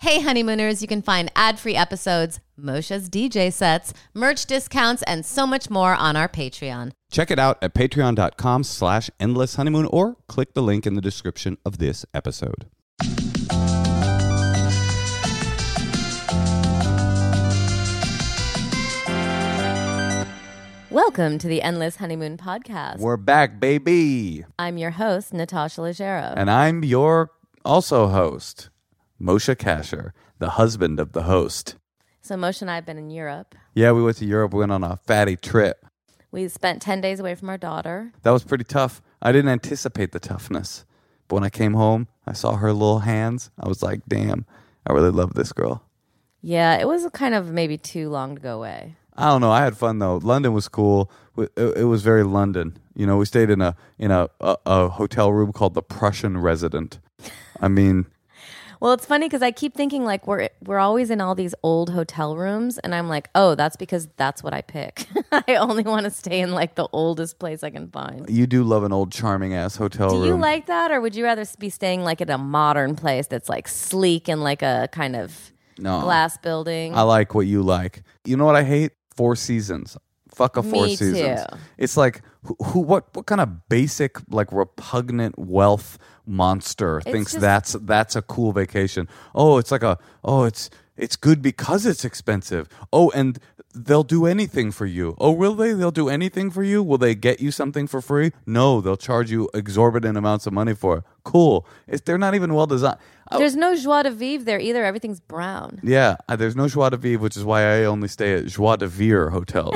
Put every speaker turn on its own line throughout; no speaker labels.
Hey Honeymooners, you can find ad-free episodes, Moshe's DJ sets, merch discounts, and so much more on our Patreon.
Check it out at patreon.com slash endless honeymoon or click the link in the description of this episode.
Welcome to the Endless Honeymoon Podcast.
We're back, baby.
I'm your host, Natasha Leggero.
And I'm your also host, Moshe Kasher, the husband of the host.
so Moshe and I have been in Europe.
Yeah, we went to Europe, went on a fatty trip.
We spent 10 days away from our daughter.
That was pretty tough. I didn't anticipate the toughness. But when I came home, I saw her little hands. I was like, damn, I really love this girl.
Yeah, it was kind of maybe too long to go away.
I don't know. I had fun though. London was cool. W- It, it was very London. You know, we stayed in a in a, a, a hotel room called the Prussian Resident. I mean,
Well, it's funny because I keep thinking like we're we're always in all these old hotel rooms, and I'm like, oh, that's because that's what I pick. I only want to stay in like the oldest place I can find.
you do love an old charming ass hotel
Do
room.
you like that, or would you rather be staying like at a modern place that's like sleek and like a kind of
no
glass building?
Uh, I like what you like. You know what I hate? Four Seasons. Fuck a Four
Me
Seasons.
too.
It's like who, who what what kind of basic like repugnant wealth monster thinks
just-
that's that's a cool vacation. Oh, it's like a oh, it's it's good because it's expensive. Oh, and they'll do anything for you. Oh, will they? They'll do anything for you? Will they get you something for free? No, they'll charge you exorbitant amounts of money for it. Cool. It's, they're not even well designed.
There's no joie de vivre there either. Everything's brown.
Yeah, uh, there's no joie de vivre, which is why I only stay at joie de vivre hotels.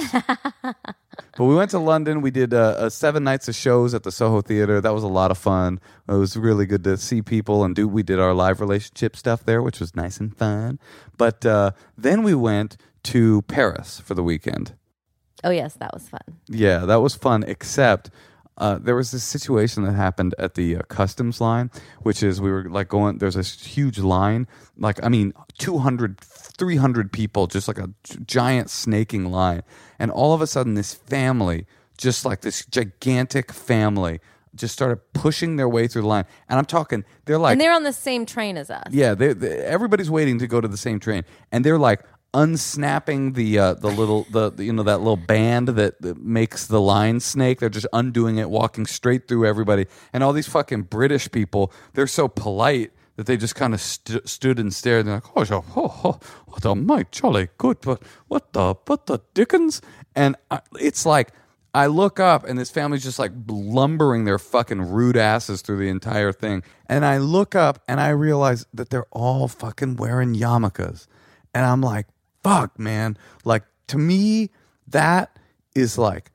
but we went to London. We did uh, uh, seven nights of shows at the Soho Theater. That was a lot of fun. It was really good to see people and do. We did our live relationship stuff there, which was nice and fun. But uh, then we went to Paris for the weekend.
Oh yes, that was fun.
Yeah, that was fun. Except uh, there was this situation that happened at the uh, customs line, which is we were like going. There's this huge line, like I mean, 200, 300 people, just like a g- giant snaking line, and all of a sudden, this family, just like this gigantic family, just started pushing their way through the line, and I'm talking, they're like
And they're on the same train as us.
yeah, they, they, everybody's waiting to go to the same train, and they're like unsnapping the uh, the little the the, you know that little band that, that makes the line snake. They're just undoing it, walking straight through everybody, and all these fucking British people. They're so polite. That they just kind of st- stood and stared. They're like, oh, yeah, oh, oh, what a might jolly good, but what the, what the dickens? And I, it's like I look up and this family's just like lumbering their fucking rude asses through the entire thing. And I look up and I realize that they're all fucking wearing yarmulkes. And I'm like, fuck, man. Like to me, that is like,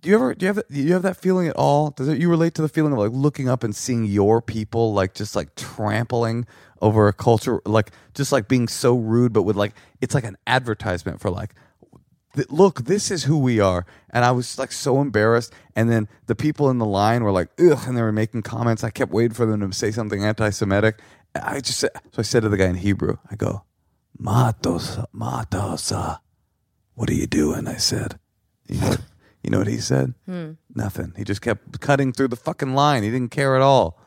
do you ever do you have do you have that feeling at all? Does it you relate to the feeling of like looking up and seeing your people like just like trampling over a culture, like just like being so rude, but with like it's like an advertisement for like th- look, this is who we are. And I was like so embarrassed. And then the people in the line were like, ugh, and they were making comments. I kept waiting for them to say something anti Semitic. I just said, so I said to the guy in Hebrew, I go, Matos, Matosa, what are you doing? I said, you know, you know what he said? Nothing. He just kept cutting through the fucking line. He didn't care at all.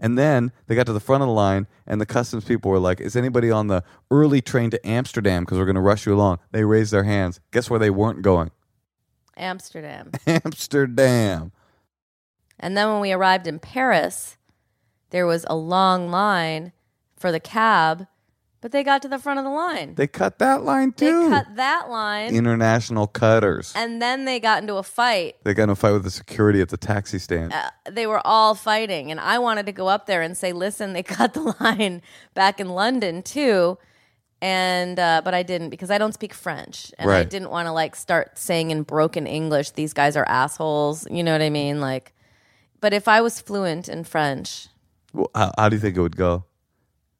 And then they got to the front of the line, and the customs people were like, Is anybody on the early train to Amsterdam? Because we're going to rush you along. They raised their hands. Guess where they weren't going?
Amsterdam.
Amsterdam.
And then when we arrived in Paris, there was a long line for the cab, but they got to the front of the line.
They cut that line
They
too.
cut that line,
International cutters.
and then they got into a fight.
they got in a fight with the security at the taxi stand.
Uh, they were all fighting, and I wanted to go up there and say, "Listen, they cut the line back in London too." And uh, but I didn't because I don't speak French, and I
Right.
didn't want to like start saying in broken English, "These guys are assholes." You know what I mean? Like, but if I was fluent in French,
Well, how, how do you think it would go?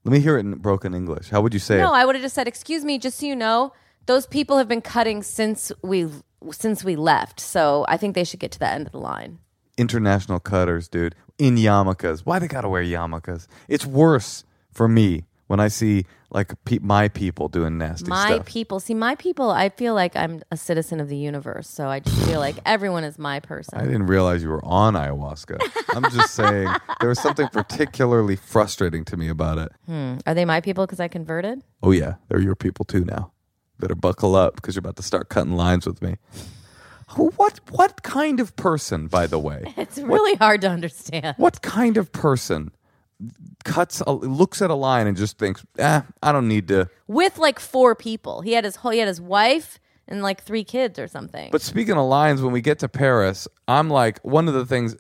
Let me hear it in broken English. How would you say
No,
it?
I would have just said, "Excuse me, just so you know, those people have been cutting since we since we left. So I think they should get to the end of the line."
International cutters, dude, in yarmulkes. Why they got to wear yarmulkes? It's worse for me when I see like pe- my people doing nasty
My
stuff.
people. See, my people, I feel like I'm a citizen of the universe. So I just feel like everyone is my
I
person.
didn't realize you were on ayahuasca. I'm just saying there was something particularly frustrating to me about it.
Are they my people because I converted?
Oh yeah, they're your people too now. Better buckle up because you're about to start cutting lines with me. What what kind of person, by the way?
It's really hard to understand.
What kind of person cuts a, looks at a line and just thinks, "Ah, I don't need to."
With like four people. He had his whole, he had his wife and like three kids or something.
But speaking of lines, when we get to Paris, I'm like one of the things.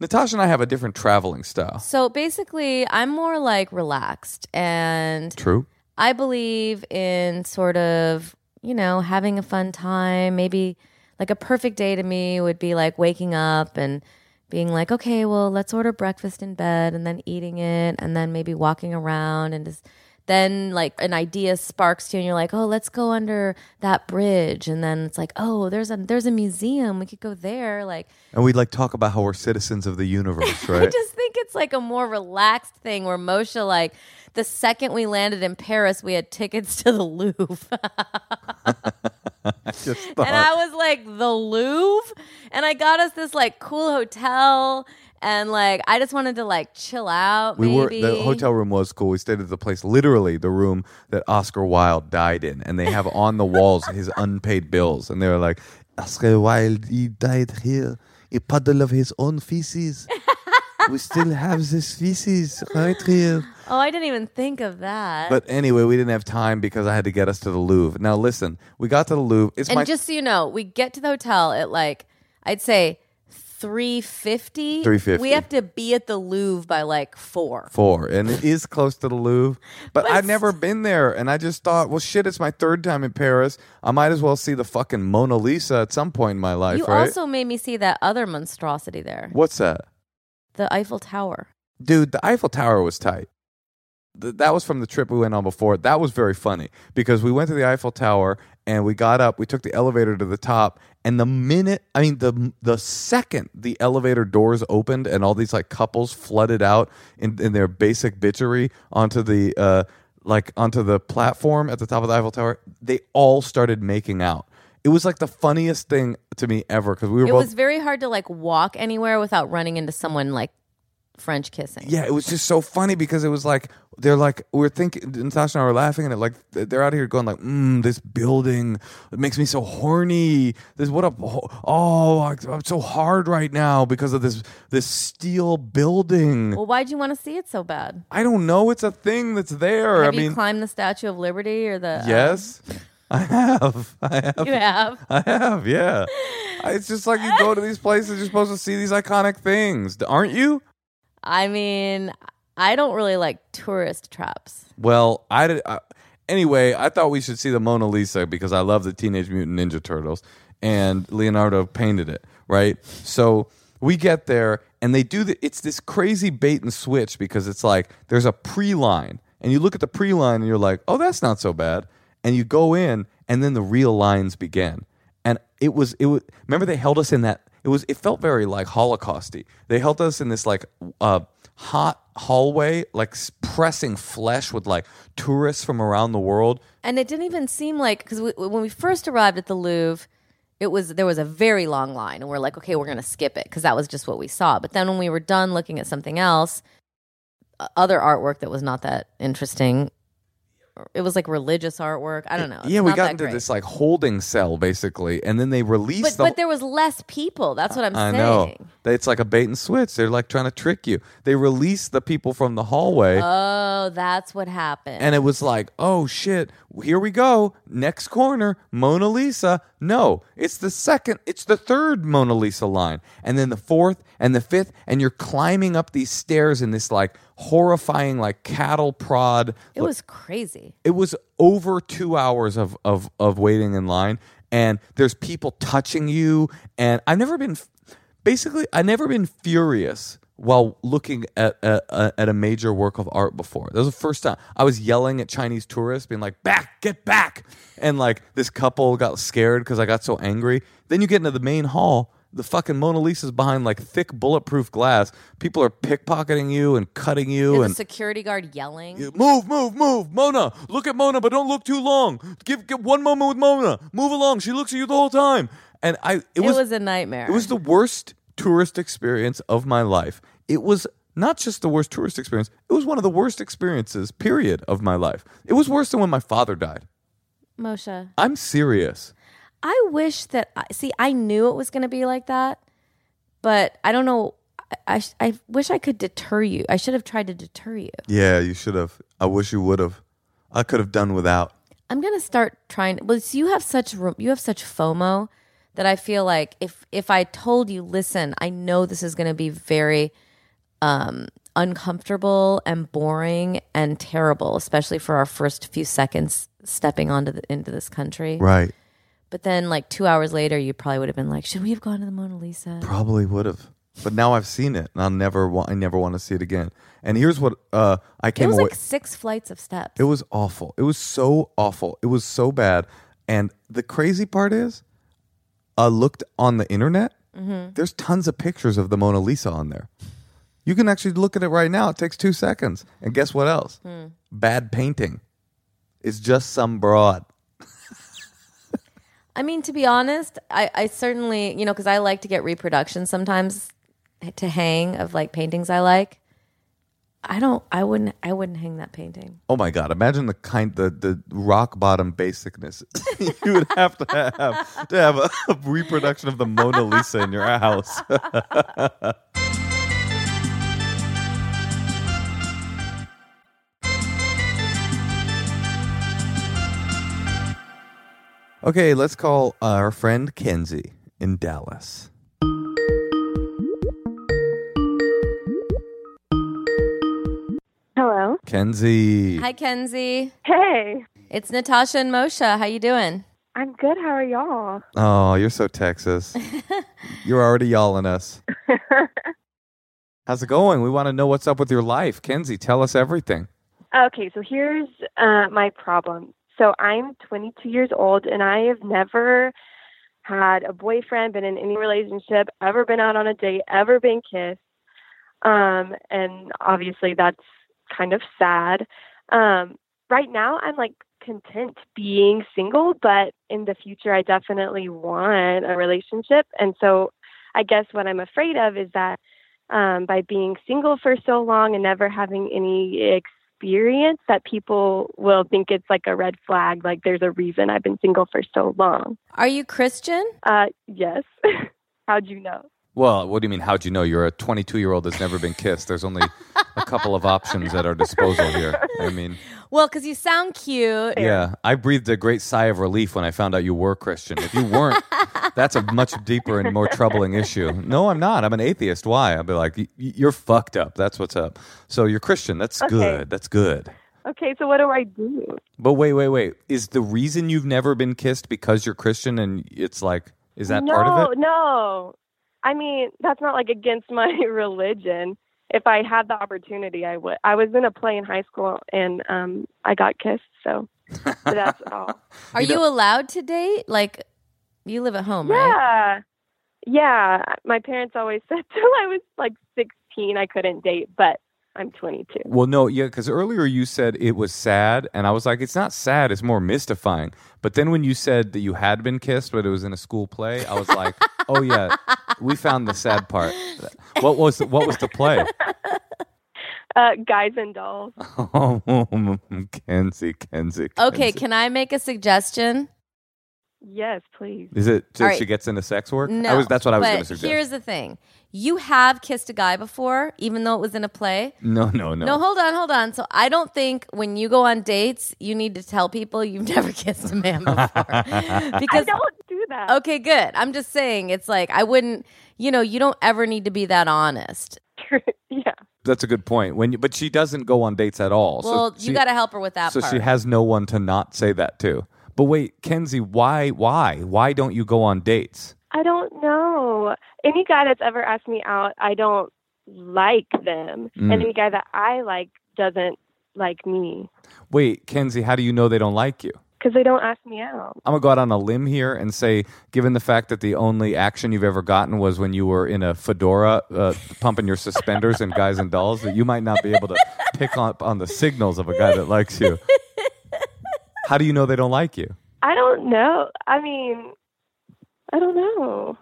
Natasha and I have a different traveling style.
so basically, I'm more like relaxed and
True.
I believe in sort of, you know, having a fun time. Maybe like a perfect day to me would be like waking up and being like, okay, well, let's order breakfast in bed and then eating it and then maybe walking around and just then like an idea sparks you and you're like, oh, let's go under that bridge and then it's like, oh, there's a there's a museum. We could go there. Like
And we like talk about how we're citizens of the universe, right?
I just think it's like a more relaxed thing where Moshe, like, the second we landed in Paris, we had tickets to the Louvre.
Just thought-
And I was like, the Louvre? And I got us this, like, cool hotel. And, like, I just wanted to, like, chill out.
we were
maybe.
the hotel room was cool. We stayed at the place, literally the room that Oscar Wilde died in, and they have on the walls his unpaid bills, and they were like, Oscar Wilde, he died here, a puddle of his own feces. we still have this feces right here.
Oh, I didn't even think of that.
But anyway, we didn't have time because I had to get us to the Louvre. Now listen, we got to the Louvre. It's
and
my
just so you know, we get to the hotel at, like, I'd say 350.
3:50.
We have to be at the Louvre by, like, 4.
four, and it is close to the Louvre. But,
But
I'd
s-
never been there, and I just thought, well, shit, it's my third time in Paris. I might as well see the fucking Mona Lisa at some point in my life,
You
right?
also made me see that other monstrosity there.
What's that,
The Eiffel Tower.
dude? The Eiffel Tower was tight. Th- that was from the trip we went on before. That was very funny because we went to the Eiffel Tower and we got up. We took the elevator to the top, and the minute, I mean, the the second the elevator doors opened and all these like couples flooded out in, in their basic bitchery onto the uh like onto the platform at the top of the Eiffel Tower, they all started making out. It was like the funniest thing to me ever because we were
It
both
was very hard to like walk anywhere without running into someone like French kissing.
Yeah, it was just so funny because it was like they're like we we're thinking Natasha and I were laughing at it like they're out here going like mm, this building it makes me so horny this what a oh I'm so hard right now because of this this steel building
Well, why'd you want to see it so bad?
I don't know it's a thing that's there
Have
I
you
mean
climbed the Statue of Liberty or the? uh,
yes I have I have
you have.
I have yeah it's just like you go to these places you're supposed to see these iconic things aren't you
I mean, I don't really like tourist traps.
Well, I did. I, anyway, I thought we should see the Mona Lisa because I love the Teenage Mutant Ninja Turtles, and Leonardo painted it right. So we get there, and they do the. It's this crazy bait and switch because it's like there's a pre line, and you look at the pre line, and you're like, oh, that's not so bad, and you go in, and then the real lines begin, and it was it was. Remember, they held us in that. It was. It felt very like Holocausty. They held us in this like uh, hot hallway, like s- pressing flesh with like tourists from around the world.
And it didn't even seem like because we, when we first arrived at the Louvre, it was there was a very long line, and we're like, okay, we're gonna skip it because that was just what we saw. But then when we were done looking at something else, o- other artwork that was not that interesting, it was like religious artwork. I don't know. It's
yeah, we
Uh, not
got
that
into
great.
this like holding cell basically, and then they released
But
the.
but there was less people. That's what I'm
I
saying.
know. It's like a bait and switch. They're like trying to trick you. They released the people from the hallway.
Oh, that's what happened.
and it was like, oh shit, here we go. Next corner, Mona Lisa. No, it's the second, it's the third Mona Lisa line, and then the fourth and the fifth, and you're climbing up these stairs in this like horrifying, like cattle prod.
it was crazy.
It was over two hours of of of waiting in line, and there's people touching you, and I've never been, basically, I've never been furious while looking at a, a, at a major work of art before. That was the first time I was yelling at Chinese tourists, being like, "Back, get back!" And like this couple got scared because I got so angry. Then you get into the main hall. the fucking Mona Lisa's behind like thick bulletproof glass. People are pickpocketing you and cutting you
There's a
and
security guard yelling.
Move, move, move, Mona. Look at Mona, but don't look too long. Give, give one moment with Mona. Move along. She looks at you the whole time. And I, it,
It
was,
was, a nightmare.
it was the worst tourist experience of my life. It was not just the worst tourist experience. It was one of the worst experiences, period, of my life. It was worse than when my father died.
Moshe.
I'm serious.
I wish that I see. I knew it was going to be like that, but I don't know. I, I, sh- I wish I could deter you. I should have tried to deter you.
Yeah, you should have. I wish you would have. I could have done without.
I'm gonna start trying. Well, so you have such ro- you have such FOMO that I feel like if if I told you, listen, I know this is gonna be very um, uncomfortable and boring and terrible, especially for our first few seconds stepping onto the, into this country.
Right.
But then, like two hours later, you probably would have been like, should we have gone to the Mona Lisa?
Probably would have. But now I've seen it, and I'll never. Wa- I never want to see it again. And here's what uh, I
It
came
was
away.
like six flights of steps.
It was awful. It was so awful. It was so bad. And the crazy part is, I looked on the internet. There's tons of pictures of the Mona Lisa on there. You can actually look at it right now. It takes two seconds. And guess what else? Bad painting. It's just some broad.
I mean, to be honest, I, I certainly, you know, because I like to get reproductions sometimes to hang of like paintings I like. I don't. I wouldn't. I wouldn't hang that painting.
Oh my god! Imagine the kind, the the rock bottom basicness you would have to have to have a, a reproduction of the Mona Lisa in your house. okay, let's call our friend Kenzie in Dallas.
Hello.
Kenzie,
Hi, Kenzie.
Hey.
It's Natasha and Moshe. How you doing?
I'm good. How are y'all?
oh, you're so Texas. you're already yelling us. How's it going? We want to know what's up with your life. Kenzie, tell us everything.
okay, so here's uh, my problem. So I'm 22 years old and I have never had a boyfriend, been in any relationship, ever been out on a date, ever been kissed. Um, and obviously that's kind of sad. Um, right now I'm like content being single, but in the future I definitely want a relationship. And so I guess what I'm afraid of is that um, by being single for so long and never having any experience, that people will think it's like a red flag, like there's a reason I've been single for so long.
Are you Christian?
Uh, yes. How'd you know?
Well, what do you mean? How'd you know? You're a 22 year old that's never been kissed. There's only a couple of options at our disposal here. I mean,
Well, because you sound cute.
yeah, I breathed a great sigh of relief when I found out you were Christian. If you weren't, that's a much deeper and more troubling issue. No, I'm not. I'm an atheist. Why? I'd be like, "Y- y- you're fucked up. That's what's up. So you're Christian. That's good. That's good.
Okay, so what do I do?
But wait, wait, wait. Is the reason you've never been kissed because you're Christian and it's like, is that
no,
part of it?
no. I mean, that's not like against my religion. If I had the opportunity, I would. I was in a play in high school and um, I got kissed, so but that's all.
Are
You
you,
know-
allowed to date? Like, you live at home, right?
Yeah. Yeah. My parents always said till I was like 16 I couldn't date, but I'm 22.
Well, no, yeah, because earlier you said it was sad, and I was like, it's not sad, it's more mystifying. But then when you said that you had been kissed, but it was in a school play, I was like, oh yeah, we found the sad part. What was what was the play?
Uh, guys and dolls.
Oh, Kenzie, Kenzie.
Okay.
Kenzie.
Can I make a suggestion?
Yes, please.
is it that
All right.
she gets into sex work? I
No,
was- that's what I was
but
going to suggest.
Here's the thing: you have kissed a guy before, even though it was in a play.
no, no, no.
No, hold on, hold on. So I don't think when you go on dates, you need to tell people you've never kissed a man before.
I
because
don't do that.
okay, good. I'm just saying it's like I wouldn't, you know, you don't ever need to be that honest.
yeah.
that's a good point. When you, but she doesn't go on dates at all. so
Well,
she-
you got to help her with that
so
part.
she has no one to not say that to. But wait, Kenzie, why, why, why don't you go on dates?
I don't know. Any guy that's ever asked me out, I don't like them.
Mm.
And any guy that I like doesn't like me.
Wait, Kenzie, how do you know they don't like you?
because they don't ask me out.
I'm gonna go out on a limb here and say, given the fact that the only action you've ever gotten was when you were in a fedora uh, pumping your suspenders and guys and dolls, that you might not be able to pick up on the signals of a guy that likes you. How do you know they don't like you?
I don't know. I mean, I don't know.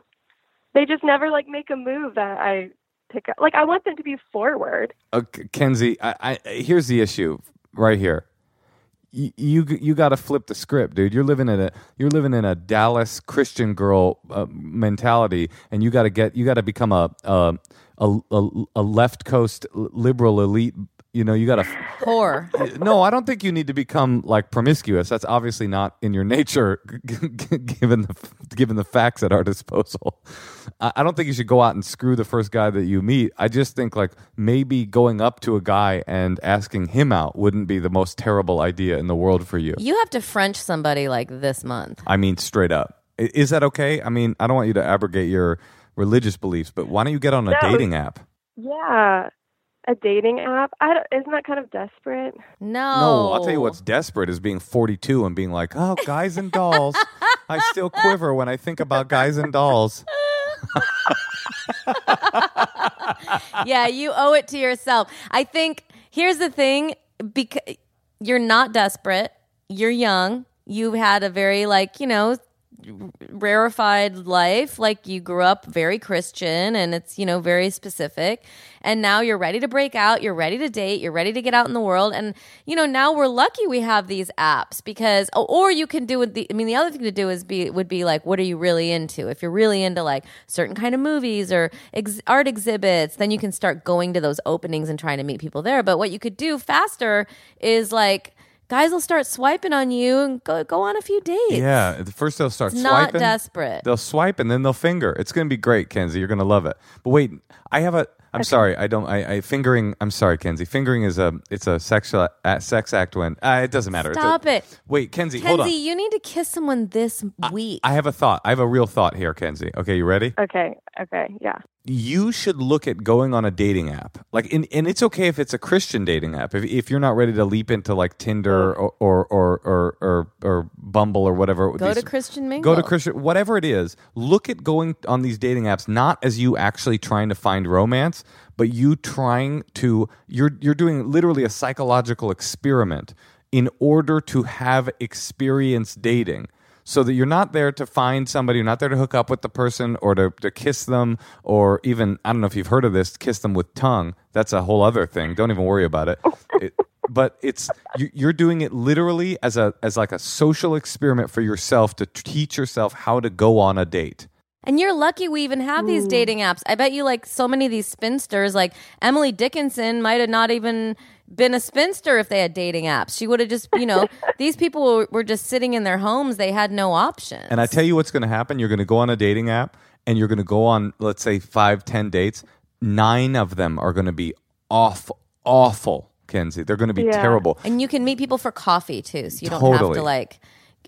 They just never like make a move that I pick up. Like I want them to be forward.
Okay, Kenzie, I, I, here's the issue right here. You you, you got to flip the script, dude. You're living in a you're living in a Dallas Christian girl uh, mentality, and you got to get you got to become a, uh, a a a left coast liberal elite. You know, you got to
Whore.
no, I don't think you need to become like promiscuous. That's obviously not in your nature, given the given the facts at our disposal. I, I don't think you should go out and screw the first guy that you meet. I just think like maybe going up to a guy and asking him out wouldn't be the most terrible idea in the world for you.
You have to French somebody like this month.
I mean, straight up, I- is that okay? I mean, I don't want you to abrogate your religious beliefs, but why don't you get on a
No.
dating app?
Yeah, a dating app. I don't, isn't that kind of desperate?
No.
No, I'll tell you what's desperate is being 42 and being like, oh, guys and dolls. I still quiver when I think about guys and dolls.
yeah, you owe it to yourself. I think here's the thing because you're not desperate, you're young, you've had a very like, you know, rarefied life, like you grew up very Christian and it's, you know, very specific. And now you're ready to break out, you're ready to date, you're ready to get out in the world. And, you know, now we're lucky we have these apps because, oh, or you can do with the, I mean, the other thing to do is be, would be like, what are you really into? If you're really into like certain kind of movies or ex- art exhibits, then you can start going to those openings and trying to meet people there. But what you could do faster is like, Guys will start swiping on you and go, go on a few dates.
Yeah, at first they'll start
It's not
swiping.
desperate.
They'll swipe and then they'll finger. It's going to be great, Kenzie. You're going to love it. But wait, I have a. I'm sorry. I don't. I, I fingering. I'm sorry, Kenzie. Fingering is a. It's a sexual a sex act when uh, it doesn't matter. It's a-
Stop it.
Wait, Kenzie. hold on.
Kenzie, you need to kiss someone this week.
I have a thought. I have a real thought here, Kenzie. Okay, you ready?
Okay, okay, yeah.
you should look at going on a dating app. Like, in, and it's okay if it's a Christian dating app. If, if you're not ready to leap into like Tinder or or or or, or, or Bumble or whatever,
go to
these-
Christian Mingle.
go to Christian, whatever it is. Look at going on these dating apps not as you actually trying to find romance, but you trying to you're you're doing literally a psychological experiment in order to have experience dating. So that you're not there to find somebody, you're not there to hook up with the person or to, to kiss them or even I don't know if you've heard of this, kiss them with tongue. That's a whole other thing. Don't even worry about it. it but it's you, you're doing it literally as a as like a social experiment for yourself to teach yourself how to go on a date.
And you're lucky we even have these dating apps. I bet you like so many of these spinsters, like Emily Dickinson might have not even been a spinster if they had dating apps. She would have just, you know, these people were, were just sitting in their homes. They had no options.
And I tell you what's going to happen: you're going to go on a dating app, and you're going to go on, let's say, five, ten dates. Nine of them are going to be awful, awful, Kenzie. They're going to be
Yeah.
terrible.
And you can meet people for coffee too. So you don't have
Totally.
to like,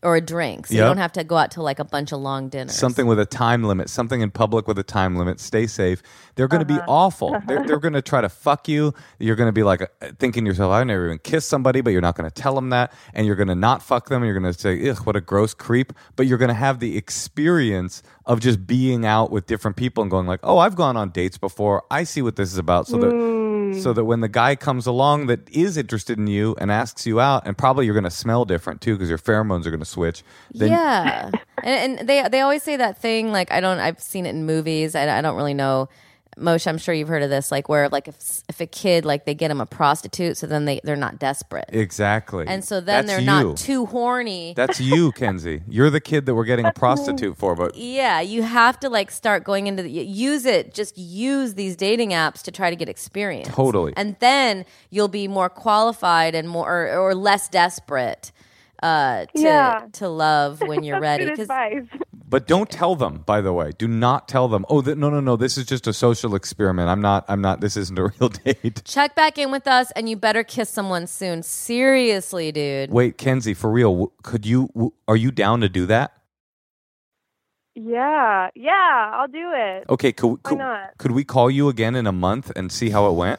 or a drink. So you
Yep.
don't have to go out to like a bunch of long dinners.
Something with a time limit, something in public with a time limit. Stay safe. They're going to be awful. They're, they're going to try to fuck you. You're going to be like uh, thinking to yourself, I've never even kissed somebody, but you're not going to tell them that. And you're going to not fuck them. And you're going to say, ugh, what a gross creep. But you're going to have the experience of just being out with different people and going like, oh, I've gone on dates before. I see what this is about. So that. So that when the guy comes along that is interested in you and asks you out, and probably you're going to smell different too because your pheromones are going to switch. Then
yeah, and, and they they always say that thing like I don't I've seen it in movies. I, I don't really know. Moshe, I'm sure you've heard of this, like where like if if a kid like they get him a prostitute, so then they they're not desperate,
Exactly.
and so then
That's
they're
you.
not too horny.
That's you, Kenzie. You're the kid that we're getting a prostitute for, but
yeah, you have to like start going into the use it. Just use these dating apps to try to get experience.
Totally.
and then you'll be more qualified and more or, or less desperate uh, to
Yeah.
to love when you're
That's
ready.
good
'Cause-
advice.
but don't tell them. By the way, do not tell them. Oh, th- no, no, no. This is just a social experiment. I'm not. I'm not. This isn't a real date.
Check back in with us, and you better kiss someone soon. Seriously, dude.
Wait, Kenzie, for real? w- Could you? w- Are you down to do that?
Yeah, yeah, I'll do it.
Oh, Okay. Could, could
not?
could we call you again in a month and see how it went?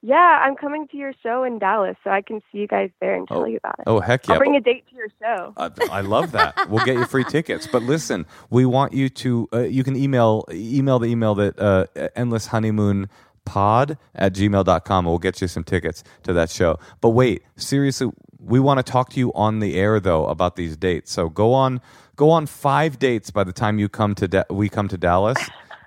Yeah, I'm coming to your show in Dallas, so I can see you guys there and tell you about it.
Oh heck yeah!
I'll bring a date to your show.
I, I love that. We'll get you free tickets. But listen, we want you to. Uh, you can email email the email that uh, endless honeymoon pod at gmail.com and we'll get you some tickets to that show but wait seriously we want to talk to you on the air though about these dates so go on go on five dates by the time you come to da- we come to dallas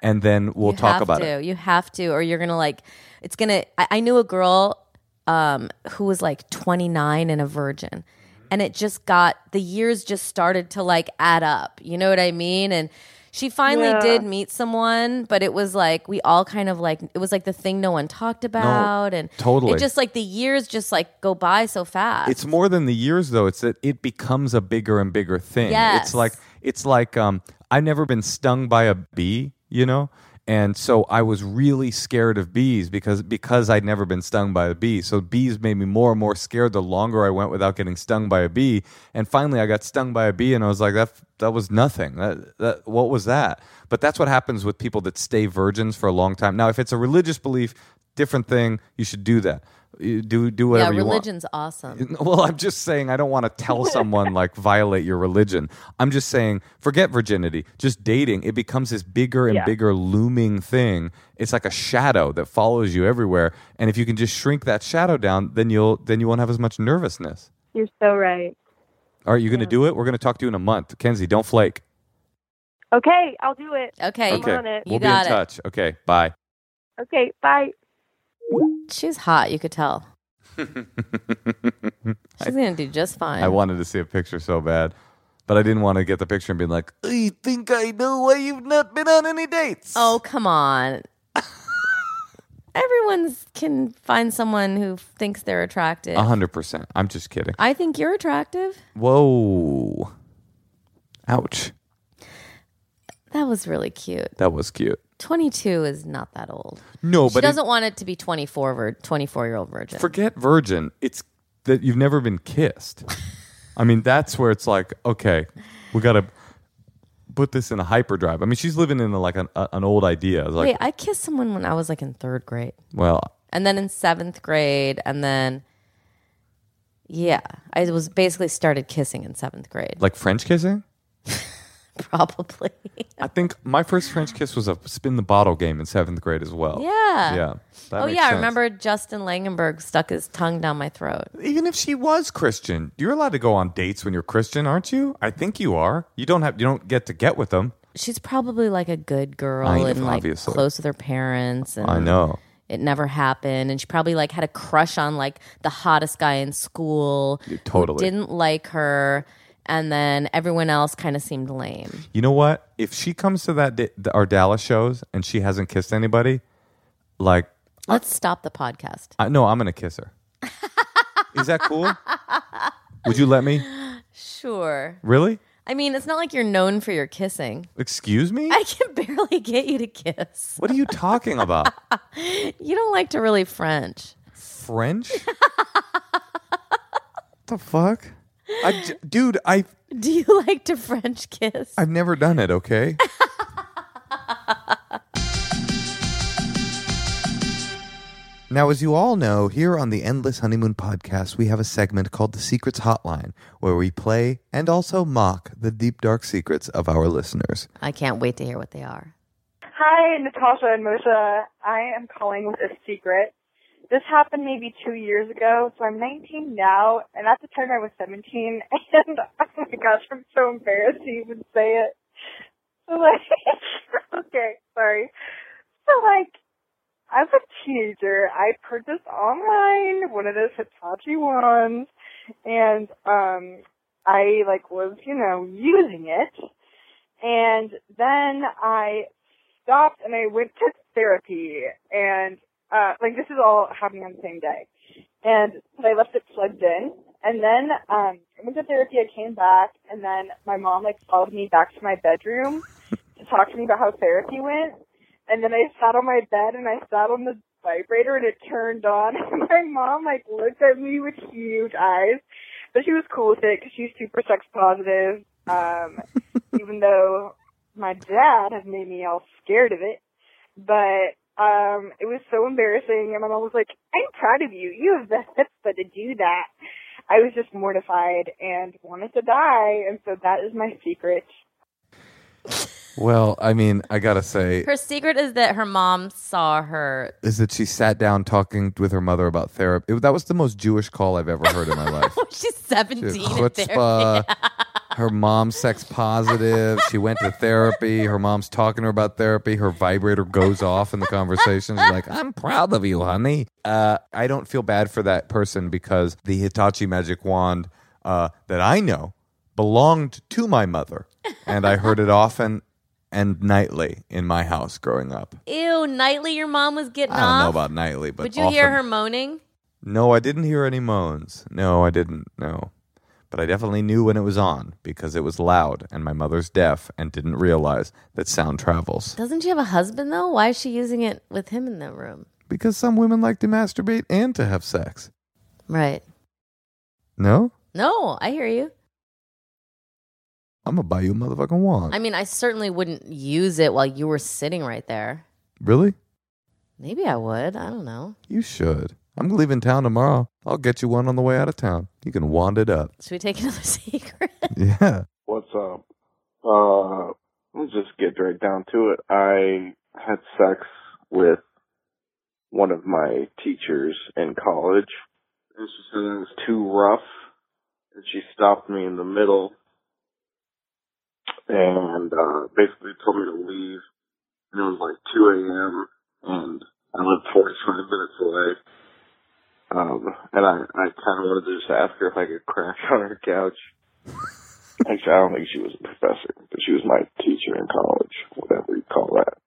and then we'll
You
talk
have
about
to.
it
You have to, or you're gonna like. It's gonna. I, I knew a girl um, who was like 29 and a virgin, and it just got the years just started to like add up. You know what I mean? And she finally
Yeah.
did meet someone, but it was like we all kind of like it was like the thing no one talked about, and
totally.
it just like the years just like go by so fast.
it's more than the years though it's that it becomes a bigger and bigger thing it's
Yes.
like it's like um i've never been stung by a bee you know and so i was really scared of bees because because i'd never been stung by a bee so bees made me more and more scared the longer i went without getting stung by a bee and finally i got stung by a bee and i was like that that was nothing that, that what was that but that's what happens with people that stay virgins for a long time now if it's a religious belief different thing you should do that You do do
yeah,
whatever you want
religion's awesome.
well, I'm just saying I don't want to tell someone like violate your religion. I'm just saying forget virginity. Just dating, it becomes this bigger and
Yeah.
bigger looming thing. It's like a shadow that follows you everywhere. And if you can just shrink that shadow down, then you'll then you won't have as much nervousness.
You're so right.
All right, you going to do it? We're going to talk to you in a month. Kenzie, don't flake.
Okay, I'll do it.
Okay,
I'm on it.
We'll
You
be in
got it.
touch. Okay, bye.
Okay, bye.
she's hot. You could tell. She's gonna do just fine.
I wanted to see a picture so bad, but I didn't want to get the picture and be like, "I think I know why you've not been on any dates."
Oh, come on. Everyone can find someone who thinks they're attractive.
A hundred percent. I'm just kidding.
I think you're attractive.
Whoa. Ouch.
That was really cute.
That was cute.
22 is not that old.
No,
She
but it-
doesn't want it to be 24 vir- 24 year old virgin.
forget virgin. It's that you've never been kissed. I mean, that's where it's like, okay, we got to put this in a hyperdrive. I mean, she's living in like an, a- an old idea. It's like,
Wait, I kissed someone when I was like in third grade,
well,
and then in seventh grade, and then yeah, I was basically started kissing in seventh grade,
like French kissing?
probably.
I think my first French kiss was a spin the bottle game in seventh grade as well.
Yeah.
Yeah. that
oh
makes
yeah, I
sense.
remember Justin Langenberg stuck his tongue down my throat.
Even if she was Christian, you're allowed to go on dates when you're Christian, aren't you? I think you are. You don't have you don't get to get with them.
she's probably like a good girl
I know,
and like
obviously.
close with her parents and
I know.
it never happened and she probably like had a crush on like the hottest guy in school who
totally.
didn't like her and then everyone else kind of seemed lame
You know what? If she comes to that da- our Dallas shows and she hasn't kissed anybody, like
let's stop the podcast
I no, I'm gonna kiss her. Is that cool? Would you let me?
sure
Really?
i mean it's not like you're known for your kissing
Excuse me?
i can barely get you to kiss
What are you talking about?
you don't like to really french
French? the fuck? I j- dude, I
do you like to french kiss
I've never done it. Okay. Now, as you all know, here on the Endless Honeymoon podcast, we have a segment called The Secrets Hotline, where we play and also mock the deep, dark secrets of our listeners.
i can't wait to hear what they are
Hi, Natasha and Moshe. I am calling with a secret. This happened maybe two years ago, so I'm 19 now, and at the time I was 17, and oh my gosh, I'm so embarrassed to even say it. So like, okay, sorry. So like, as a teenager, I purchased online one of those Hitachi ones, and um, I like was, you know, using it, and then I stopped and I went to therapy and uh like this is all happening on the same day. And so I left it plugged in and then um I went to therapy, I came back and then my mom like followed me back to my bedroom to talk to me about how therapy went. And then I sat on my bed and I sat on the vibrator and it turned on and my mom like looked at me with huge eyes. But she was cool with it because she's super sex positive. Um even though my dad has made me all scared of it. But Um, it was so embarrassing, and my mom was like, "I'm proud of you. You have the chutzpah to do that." I was just mortified and wanted to die, and so that is my secret.
Well, I mean, I gotta say,
Her secret is that her mom saw her.
is that she sat down talking with her mother about therapy. It- that was the most Jewish call I've ever heard in my life.
She's
She was
17. in there.
chutzpah. Her mom's sex positive. She went to therapy. Her mom's talking to her about therapy. Her vibrator goes off in the conversation. She's like, I'm proud of you, honey. Uh, I don't feel bad for that person because the Hitachi magic wand uh, that I know belonged to my mother. And I heard it often and nightly in my house growing up.
Ew, nightly your mom was getting
I don't know
off.
about nightly, but
Would you hear
often-
her moaning?
No, I didn't hear any moans. No, I didn't. No. But I definitely knew when it was on because it was loud and my mother's deaf and didn't realize that sound travels.
Doesn't she have a husband though? Why is she using it with him in the room?
Because some women like to masturbate and to have sex.
Right.
No?
No, I hear you.
I'm going to buy you a motherfucking wand.
I mean, I certainly wouldn't use it while you were sitting right there.
really?
Maybe I would. I don't know.
You should. I'm leaving town tomorrow. I'll get you one on the way out of town. You can wand it up.
Should we take another secret?
yeah.
What's up? Uh, let's just get right down to it. I had sex with one of my teachers in college, and she said it was too rough, and she stopped me in the middle, and uh, basically told me to leave. And it was like 2 a.m., and I lived 45 minutes away. Um, and I, I kind of wanted to just ask her if I could crash on her couch. Actually, I don't think she was a professor, but she was my teacher in college, whatever you call that.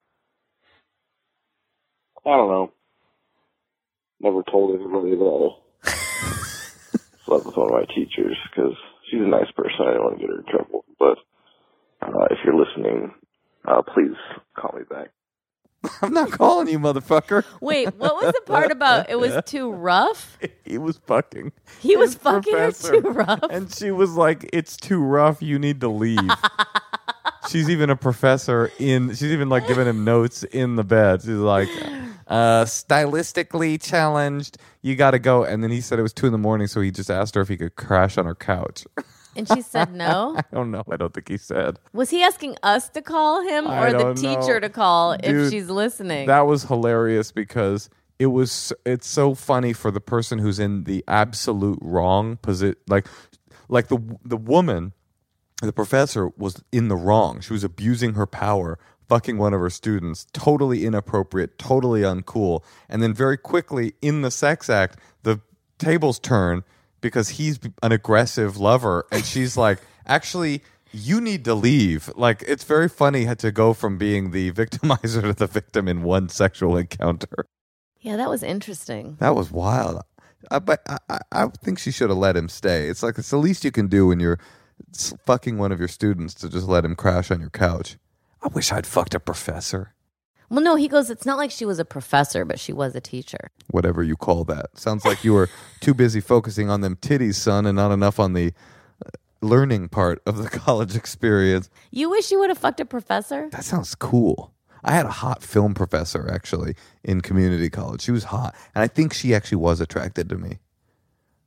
I don't know. Never told anybody that I slept with one of my teachers because she's a nice person. I didn't want to get her in trouble. But uh, if you're listening, uh, please call me back.
I'm not calling you, motherfucker.
Wait, what was the part about it was too rough?
He was fucking.
He was
His
fucking her
professor.
too rough.
And she was like, "It's too rough. You need to leave." she's even a professor in. She's even like giving him notes in the bed. She's like, uh, "Stylistically challenged. You got to go." And then he said it was two in the morning, so he just asked her if he could crash on her couch.
And she said no.
I don't know. I don't think he said.
Was he asking us to call him
I
or the
don't
teacher
know.
to call if
Dude,
she's listening?
That was hilarious because it was it's so funny for the person who's in the absolute wrong position like like the the woman the professor was in the wrong. She was abusing her power, fucking one of her students, totally inappropriate, totally uncool. And then very quickly in the sex act, the tables turn because he's an aggressive lover and she's like, "Actually, you need to leave." Like it's very funny had to go from being the victimizer to the victim in one sexual encounter.
yeah, that was interesting.
That was wild. I, but I, I, I think she should have let him stay. It's like it's the least you can do when you're s- fucking one of your students to just let him crash on your couch. I wish I'd fucked a professor.
Well, no, he goes, it's not like she was a professor, but she was a teacher.
Whatever you call that. Sounds like you were too busy focusing on them titties, son, and not enough on the uh, learning part of the college experience.
You wish you would have fucked a professor?
That sounds cool. I had a hot film professor actually in community college. She was hot, and I think she actually was attracted to me.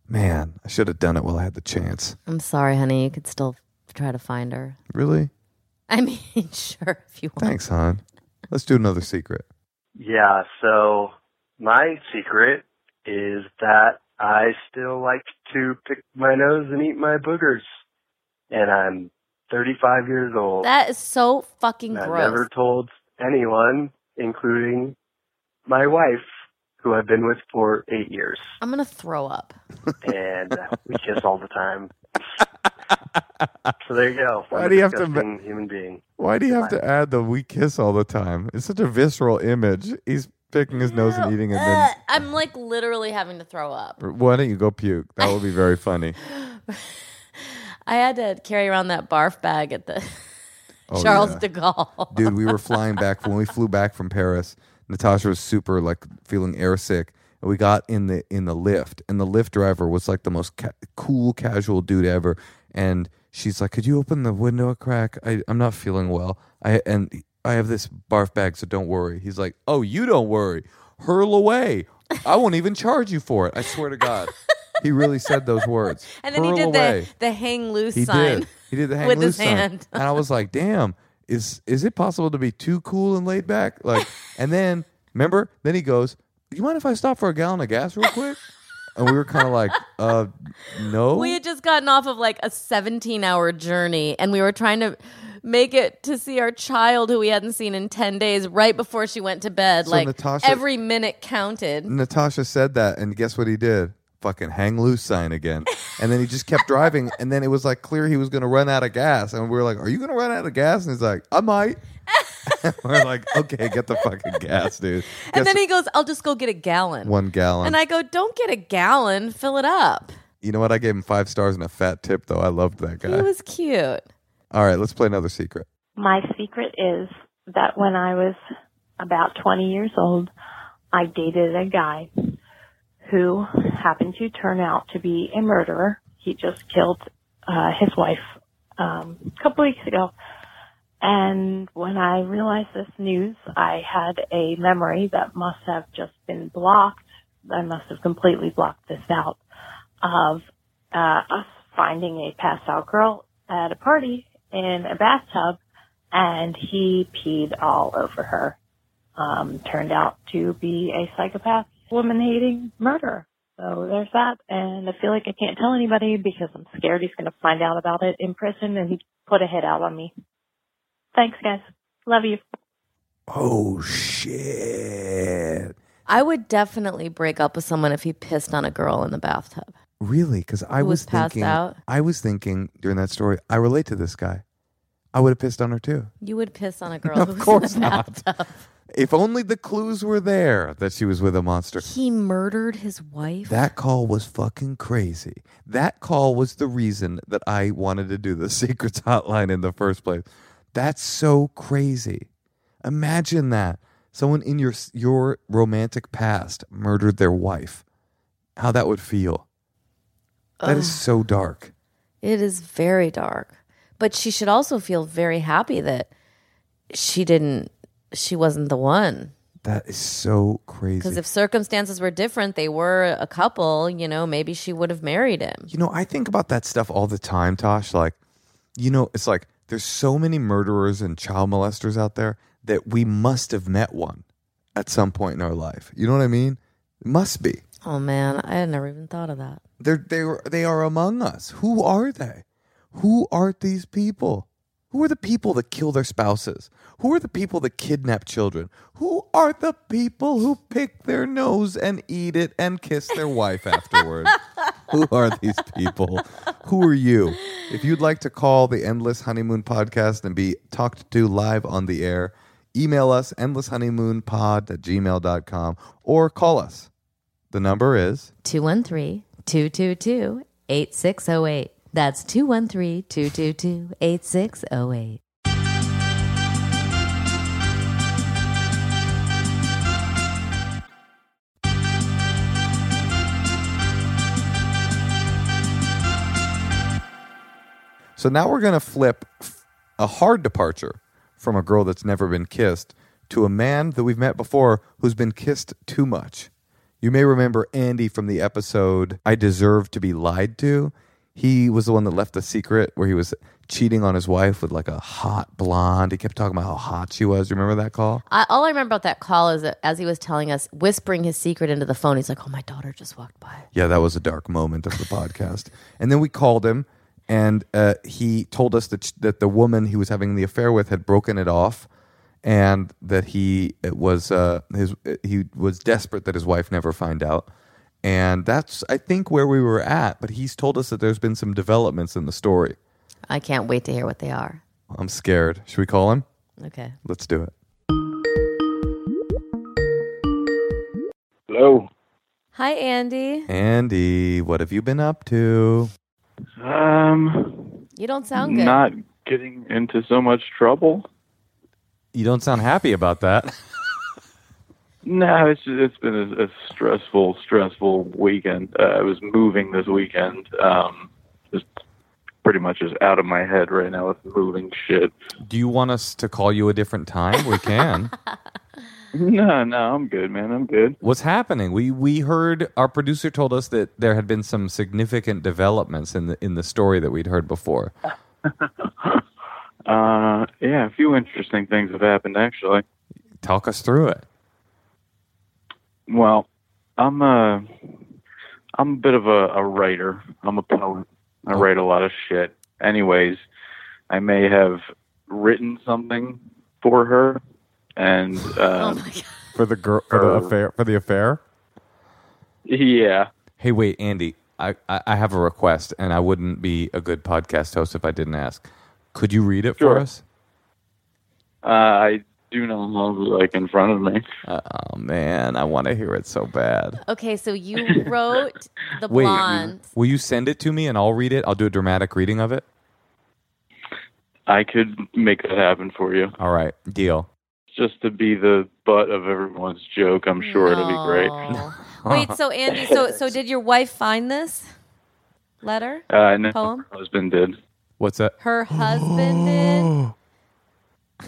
Man, I should have done it while I had the chance.
I'm sorry, honey. You could still try to find her.
Really?
I mean, sure, if you want.
Thanks, hon. Let's do another secret.
Yeah, so my secret is that I still like to pick my nose and eat my boogers. And I'm 35 years old.
That is so fucking
and I've
gross.
never told anyone, including my wife, who I've been with for eight years.
I'm going to throw up.
And we kiss all the time. So there you go.
Why
I'm a
do you have to ma-
disgusting human being.
Why do you have to add the we kiss all the time? It's such a visceral image. He's picking his nose and eating it.
Ugh,
Then
I'm like literally having to throw up.
why don't you go puke? That would be very funny.
I had to carry around that barf bag at the
Oh,
Charles
yeah.
de Gaulle.
Dude, we were flying back when we flew back from Paris. Natasha was super like feeling airsick. And we got in the in the lift, and the lift driver was like the most ca- cool, casual dude ever. And she's like, "Could you open the window a crack? I, I'm not feeling well." I and I have this barf bag, so don't worry. He's like, oh, you don't worry. Hurl away. I won't even charge you for it. I swear to God. he really said those words.
And then he
Hurl
did
away.
the, the hang loose
He
sign.
did. He did the hang
with
loose
his
sign.
hand.
and I was like, "Damn, is is it possible to be too cool and laid back?" Like, and then remember, then he goes, "You mind if I stop for a gallon of gas real quick?" And we were kind of like, "Uh, no."
We had just gotten off of like a 17 hour journey and we were trying to make it to see our child who we hadn't seen in 10 days right before she went to bed.
So
like
Natasha-
every minute counted.
Natasha said that, and guess what he did? Fucking hang loose sign again. And then he just kept driving, and then it was like clear he was going to run out of gas. And we were like, Are you going to run out of gas? And he's like, I might. we're like, Okay, get the fucking gas, dude.
and
Guess
then he goes, I'll just go get a gallon.
one gallon.
And I go, Don't get a gallon, fill it up.
you know what? I gave him five stars and a fat tip, though. I loved that guy.
He was cute.
All right, let's play another secret.
My secret is that when I was about 20 years old, I dated a guy who happened to turn out to be a murderer. He just killed uh, his wife um, a couple weeks ago. And when I realized this news, I had a memory that must have just been blocked. I must have completely blocked this out of uh, us finding a passed out girl at a party in a bathtub and he peed all over her. Um, turned out to be a psychopath, woman hating murderer. So there's that. And I feel like I can't tell anybody because I'm scared he's going to find out about it in prison and put a hit out on me. Thanks, guys. Love you.
Oh, shit.
I would definitely break up with someone if he pissed on a girl in the bathtub.
Really? Because I
Who
was,
was passed
thinking,
out?
I was thinking during that story, I relate to this guy. I would have pissed on her too.
You would piss on a girl
Of
who was
course
in the
not.
bathtub.
If only the clues were there that she was with a monster.
He murdered his wife.
That call was fucking crazy. That call was the reason that I wanted to do the secrets hotline in the first place. That's so crazy. Imagine that someone in your your romantic past murdered their wife. How that would feel. That is so dark.
It is very dark. But she should also feel very happy that she didn't she wasn't the one.
That is so
Because
crazy.
if circumstances were different, they were a couple, you know, maybe she would have married him.
You know, I think about that stuff all the time, Tosh. Like, you know, it's like there's so many murderers and child molesters out there that we must have met one at some point in our life. You know what I mean? Must be.
Oh man, I had never even thought of that.
They're they were- they are among us. Who are they? Who are these people? Who are the people that kill their spouses? Who are the people that kidnap children? Who are the people who pick their nose and eat it and kiss their wife afterward? Who are these people? Who are you? If you'd like to call the Endless Honeymoon podcast and be talked to live on the air, email us endlesshoneymoonpod at gmail.com or call us. The number is
213-222-8608. That's 213-222-8608.
So now we're going to flip f- a hard departure from a girl that's never been kissed to a man that we've met before who's been kissed too much. You may remember Andy from the episode I Deserve to Be Lied to. He was the one that left the secret where he was cheating on his wife with like a hot blonde. He kept talking about how hot she was. You Remember that call?
I, all I remember about that call is that as he was telling us, whispering his secret into the phone, he's like, Oh, my daughter just walked by.
Yeah, that was a dark moment of the podcast. And then we called him, and uh, he told us that that the woman he was having the affair with had broken it off, and that he it was uh, his he was desperate that his wife never find out. And that's I think where we were at. But he's told us that there's been some developments in the story.
I can't wait to hear what they are.
I'm scared. Should we call him?
Okay.
Let's do it.
Hello.
Hi, Andy.
Andy, what have you been up to?
Um,
You don't sound good.
not getting into so much trouble.
You don't sound happy about that.
No, it's just, it's been a, a stressful, stressful weekend. Uh, I was moving this weekend. Um, just pretty
pretty much is out of my head right now with moving shit.
Do you want us to call you a different time? We can.
No, no, I'm good, man. I'm good.
What's happening? We we heard our producer told us that there had been some significant developments in the in the story that we'd heard before.
Uh, yeah, a few interesting things have happened actually.
Talk us through it.
Well, I'm a, I'm a bit of a, a writer. I'm a poet. I
Oh.
write a lot of shit. Anyways, I may have written something for her, and
Oh
uh,
my god.
For the girl for the
Uh,
affair for the affair?
yeah,
Hey wait, Andy, I, I, I have a request and I wouldn't be a good podcast host if I didn't ask. Could you read it
Sure.
for us?
uh, I do not have it like in front of me.
Oh man, I want to hear it so bad.
Okay, so you wrote the
Wait,
blonde.
will you send it to me and I'll read it? I'll do a dramatic reading of it.
I could make that happen for you,
All right, deal.
just to be the butt of everyone's joke. I'm sure it'll be great.
No. Wait, so Andy, so so did your wife find this letter?
Uh, no,
Poem?
my husband did.
What's that?
Her husband did.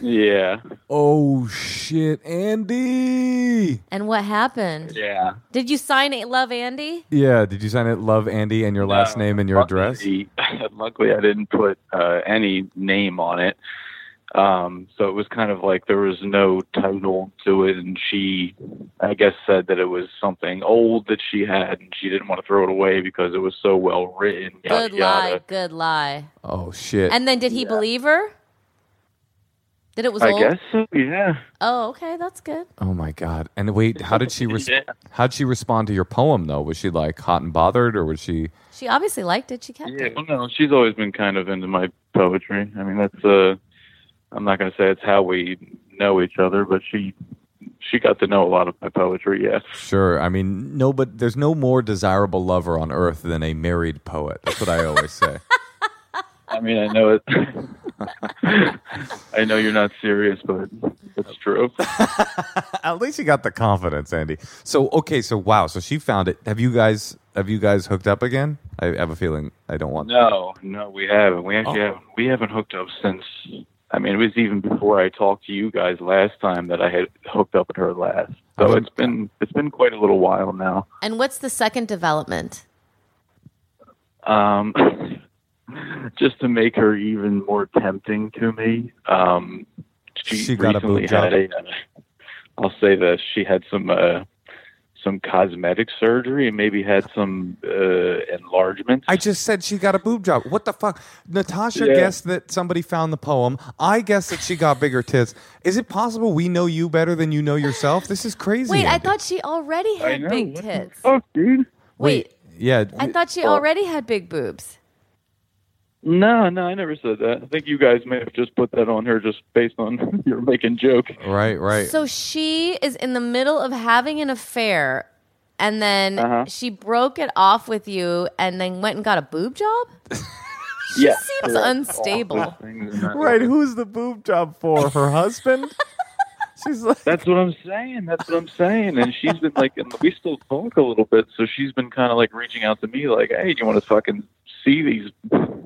Yeah,
Oh shit, Andy.
And what happened?
yeah.
Did you sign it, love Andy?
Yeah, did you sign it love Andy and your last
No,
name and your address?
luckily- Luckily, I didn't put uh, any name on it. Um, so it was kind of like there was no title to it, and she, I guess, said that it was something old that she had, and she didn't want to throw it away because it was so well written. Yada,
Good lie,
yada.
good lie.
Oh shit.
And then did he believe her? That it was
I
old?
guess so. Yeah.
Oh, okay, that's good.
oh my god. And wait, how did she res-
Yeah.
how'd she respond to your poem though? Was she like hot and bothered or was she
She obviously liked it. She kept
Yeah.
it.
Well, no, she's always been kind of into my poetry. I mean, that's uh, I'm not going to say it's how we know each other, but she, she got to know a lot of my poetry. Yes.
Sure. I mean, no but there's no more desirable lover on earth than a married poet. That's what I always say.
I mean, I know it. I know you're not serious, but it's true.
At least you got the confidence, Andy. So okay, so wow, so she found it. Have you guys have you guys hooked up again? I have a feeling I don't want
No, no, we haven't. We actually haven't. We haven't hooked up since. I mean, it was even before I talked to you guys last time that I had hooked up with her last. So
Okay.
it's been it's been quite a little while now.
And what's the second development?
Um, just to make her even more tempting to me, um, she,
She got a
recently
boob job?
had a. Uh, I'll say this: she had some uh, some cosmetic surgery and maybe had some uh, enlargements.
I just said she got a boob job. What the fuck? Natasha
Yeah.
guessed that somebody found the poem. I guessed that she got bigger tits. Is it possible we know you better than you know yourself? This is crazy.
Wait, I
Andy.
thought she already had
know,
big
what the Oh.
tits.
Fuck, Oh, dude.
Wait,
Yeah.
I thought she already had big boobs.
No, no, I never said that. I think you guys may have just put that on her just based on you're making joke.
right, right.
So she is in the middle of having an affair and then
Uh-huh.
she broke it off with you and then went and got a boob job?
She yeah.
Seems unstable.
right, who's the boob job for? Her husband? She's like
That's what I'm saying. That's what I'm saying. And she's been like, and we still talk a little bit. So she's been kind of like reaching out to me, like, "Hey, do you want to fucking see these,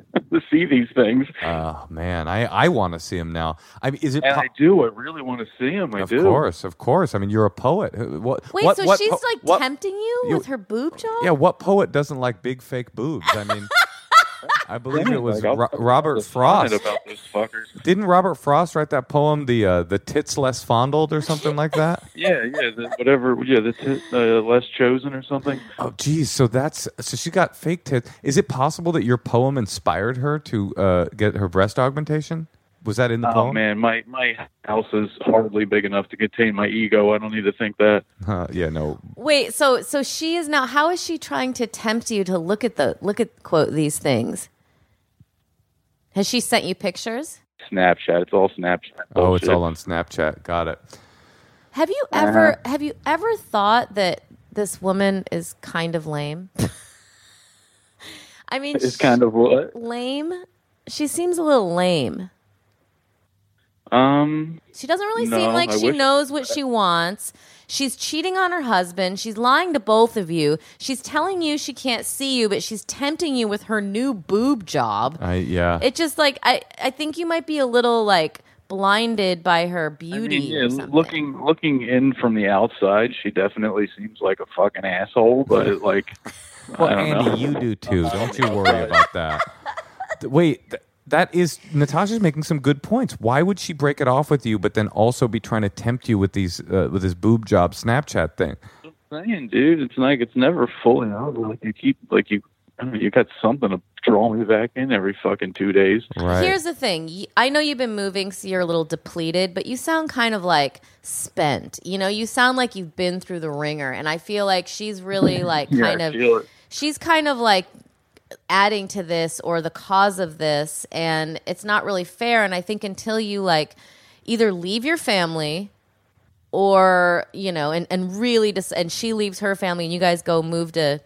see these things?"
Oh man, I, I want to see him now. I mean, is it
And
po-
I do. I really want to see him. I
Of
do.
course, of course. I mean, you're a poet. Who- What
Wait,
what-
so
what
she's
po-
like
what-
tempting you,
you-
with her boob job?
Yeah, what poet doesn't like big fake boobs? I mean, I believe it was
Like, I'll
Ro-
fucking
Robert
have a sonnet
Frost.
about this fucker.
Didn't Robert Frost write that poem, the uh, the tits less fondled or something like that?
Yeah, yeah, the, whatever. Yeah, the t- uh, less chosen or something.
Oh, geez. So that's so she got fake tits. Is it possible that your poem inspired her to uh, get her breast augmentation? Was that in the
Oh
poem?
man, my my house is hardly big enough to contain my ego. I don't need to think that.
Huh, yeah, no.
Wait, so so she is now how is she trying to tempt you to look at the look at quote these things? Has she sent you pictures?
Snapchat, it's all Snapchat.
Oh, it's
bullshit.
all on Snapchat. Got it.
Have you
Uh-huh.
ever have you ever thought that this woman is kind of lame? I mean,
It's kind of what?
lame. She seems a little lame.
Um,
She doesn't really
No,
seem like
I
she
wish-
knows what she wants. She's cheating on her husband. She's lying to both of you. She's telling you she can't see you, but she's tempting you with her new boob job.
I yeah.
It just like I I think you might be a little like blinded by her
I
beauty.
mean,
or
yeah,
something.
looking looking in from the outside, she definitely seems like a fucking asshole. But it, like,
Well,
I don't
Andy,
know.
you do too. Don't you worry about that. Th- Wait, th- that is Natasha's making some good points. Why would she break it off with you, but then also be trying to tempt you with these uh, with this boob job Snapchat thing?
saying, dude, it's like it's never fully over. Like you keep like you I don't know, you got something to draw me back in every fucking two days.
Right.
Here's the thing. Y- I know you've been moving, so you're a little depleted, but you sound kind of like spent. You know, you sound like you've been through the ringer, and I feel like she's really like
Yeah,
kind
I
of
feel it.
she's kind of like adding to this or the cause of this and it's not really fair and i think until you like either leave your family or you know and, and really just and she leaves her family and you guys go move to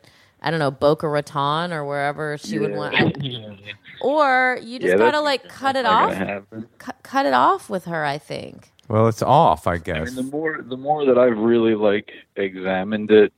i don't know boca raton or wherever she would want or you just
Yeah,
gotta
that's-
like cut it
Not gonna
off
happen.
cu- cut it off with her i think
well, it's off, I
I
guess.
mean, the more the more that I've really like examined it,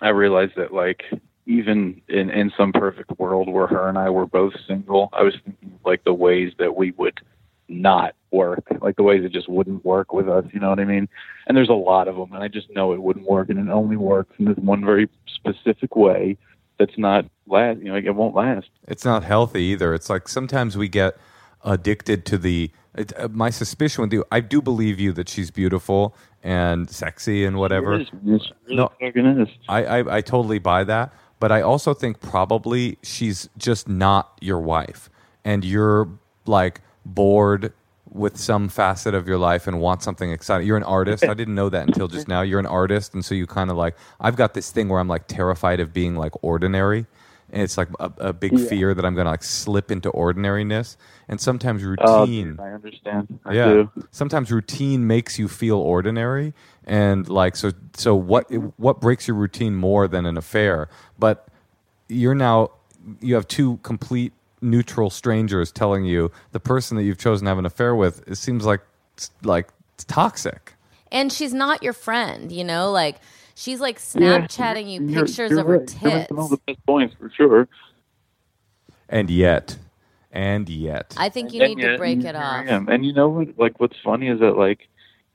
I realized that like even in in some perfect world where her and I were both single, I was thinking of, like the ways that we would not work, like the ways it just wouldn't work with us. You know what I mean? And there's a lot of them, and I just know it wouldn't work, and it only works in this one very specific way. That's not last. You know, like, it won't last.
It's not healthy either. It's like sometimes we get addicted to the. It, uh, my suspicion with you, I do believe you that she's beautiful and sexy and whatever.
It is. It's really
No.
fucking is.
I, I, I totally buy that. But I also think probably she's just not your wife. And you're like bored with some facet of your life and want something exciting. You're an artist. I didn't know that until just now. You're an artist. And so you kind of like, I've got this thing where I'm like terrified of being like ordinary. And it's like a, a big fear that I'm going to like slip into ordinariness. And sometimes
Oh,
routine.
dude, I understand. I
Yeah.
do.
Sometimes routine makes you feel ordinary, and like so. So what what breaks your routine more than an affair? But you're now you have two complete neutral strangers telling you the person that you've chosen to have an affair with. It seems like it's- like it's toxic.
and she's not your friend, you know, like she's like Snapchatting you
You're-
pictures
you're
of her
right. You're making all
tits.
the best points for sure.
And yet, and yet,
I think you
And
need to
yet,
break
here
it
I
off.
am. And you know what? Like, what's funny is that like,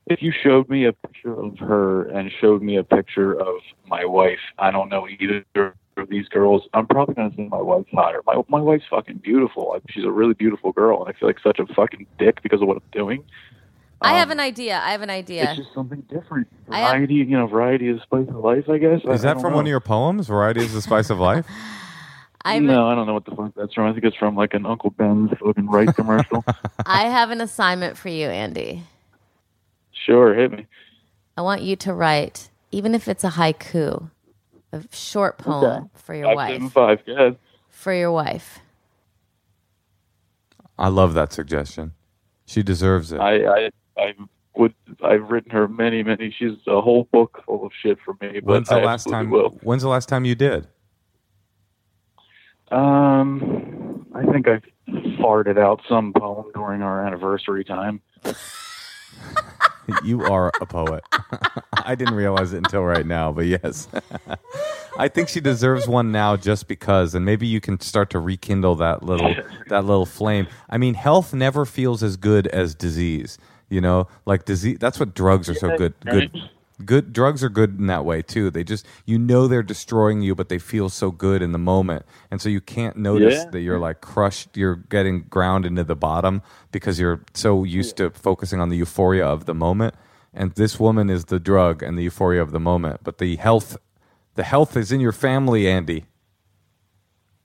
if you showed me a picture of her and showed me a picture of my wife, I don't know either of these girls. I'm probably gonna say my wife's hotter. My my wife's fucking beautiful. Like, she's a really beautiful girl, and I feel like such a fucking dick because of what I'm doing.
I
Um,
have an idea. I have an idea.
It's just something different.
I have-
Variety, you know, variety is the spice of life. I guess. I-
is
I
that
don't
from
know.
one of your poems? Variety is the spice of life.
I have,
no, I don't know what the fuck that's from. I think it's from like an Uncle Ben's fucking right commercial.
I have an assignment for you, Andy.
Sure, hit me.
I want you to write, even if it's a haiku, a short poem for your
Five seven
wife.
five. Yes.
For your wife.
I love that suggestion. She deserves it.
I, I I would I've written her many many. She's a whole book full of shit for me. But
when's the
I
last
absolutely
time?
Will.
When's the last time you did?
Um, I think I farted out some poem during our anniversary time.
you are a poet. I didn't realize it until right now, but yes. I think she deserves one now just because and maybe you can start to rekindle that little that little flame. I mean, health never feels as good as disease, you know? Like disease that's what drugs are so good good good drugs are good in that way too. They just you know they're destroying you but they feel so good in the moment. And so you can't notice
Yeah.
that you're like crushed, you're getting ground into the bottom because you're so used to focusing on the euphoria of the moment. And this woman is the drug and the euphoria of the moment, but the health, the health is in your family, Andy.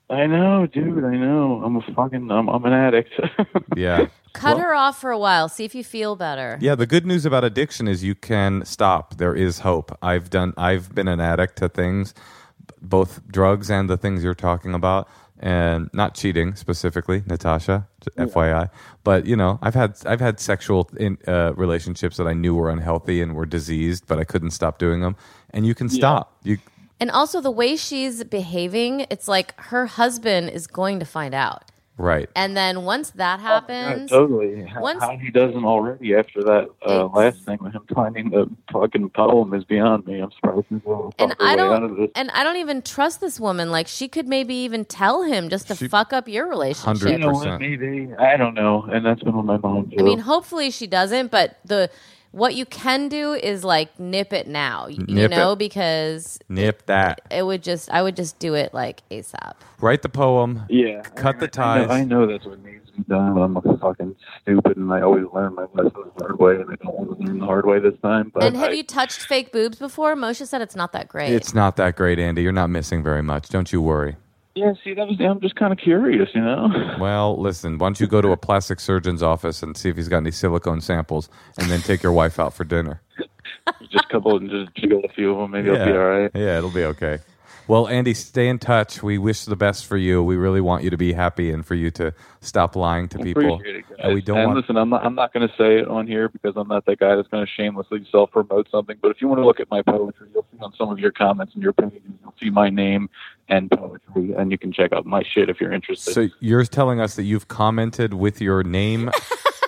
I know, dude. I know. I'm a fucking. I'm, I'm an addict.
Yeah,
Cut her off for a while. See if you feel better.
yeah. The good news about addiction is you can stop. There is hope. I've done. I've been an addict to things, b- both drugs and the things you're talking about, and not cheating specifically, Natasha. j- FYI, but you know, I've had I've had sexual in, uh, relationships that I knew were unhealthy and were diseased, but I couldn't stop doing them. And you can stop. You
And also the way she's behaving, it's like her husband is going to find out.
Right.
And then once that
Oh, Yeah,
happens,
totally. H-
Once-
How he doesn't already after that uh,
Ex-
last thing with him finding the fucking poem is beyond me. I'm surprised he's able to
And
fuck her
I
way
don't-
out of this.
and I don't even trust this woman. Like she could maybe even tell him just to
She-
fuck up your relationship.
You know what?
100%.
Maybe I don't know, and that's been on my mind.
I
too.
mean, hopefully she doesn't, but the what you can do is like nip it now, y- you,
Nip it.
know, because
Nip that.
it would just I would just do it like ASAP.
Write the poem.
yeah,
cut
I-
the
I know,
ties.
I know that's what needs to be done. But I'm a fucking stupid, and I always learn my lessons the hard way, and I don't want to learn the hard way this time. But
and have
I,
you touched fake boobs before? Moshe said it's not that great.
It's not that great, Andy. You're not missing very much. Don't you worry.
yeah, see, that was I'm just kind of curious, you know.
Well, listen, why don't you go to a plastic surgeon's office and see if he's got any silicone samples and then take your wife out for dinner?
just a couple and just jiggle a few of them, maybe I'll be all right.
Yeah, it'll be okay. Well, Andy, stay in touch. We wish the best for you. We really want you to be happy and for you to stop lying to people.
Appreciate it, guys.
And we don't want
listen, I'm not, I'm not going to say it on here because I'm not that guy that's going to shamelessly self promote something. But if you want to look at my poetry, you'll see on some of your comments and your pages, you'll see my name and poetry, and you can check out my shit if you're interested.
So you're telling us that you've commented with your name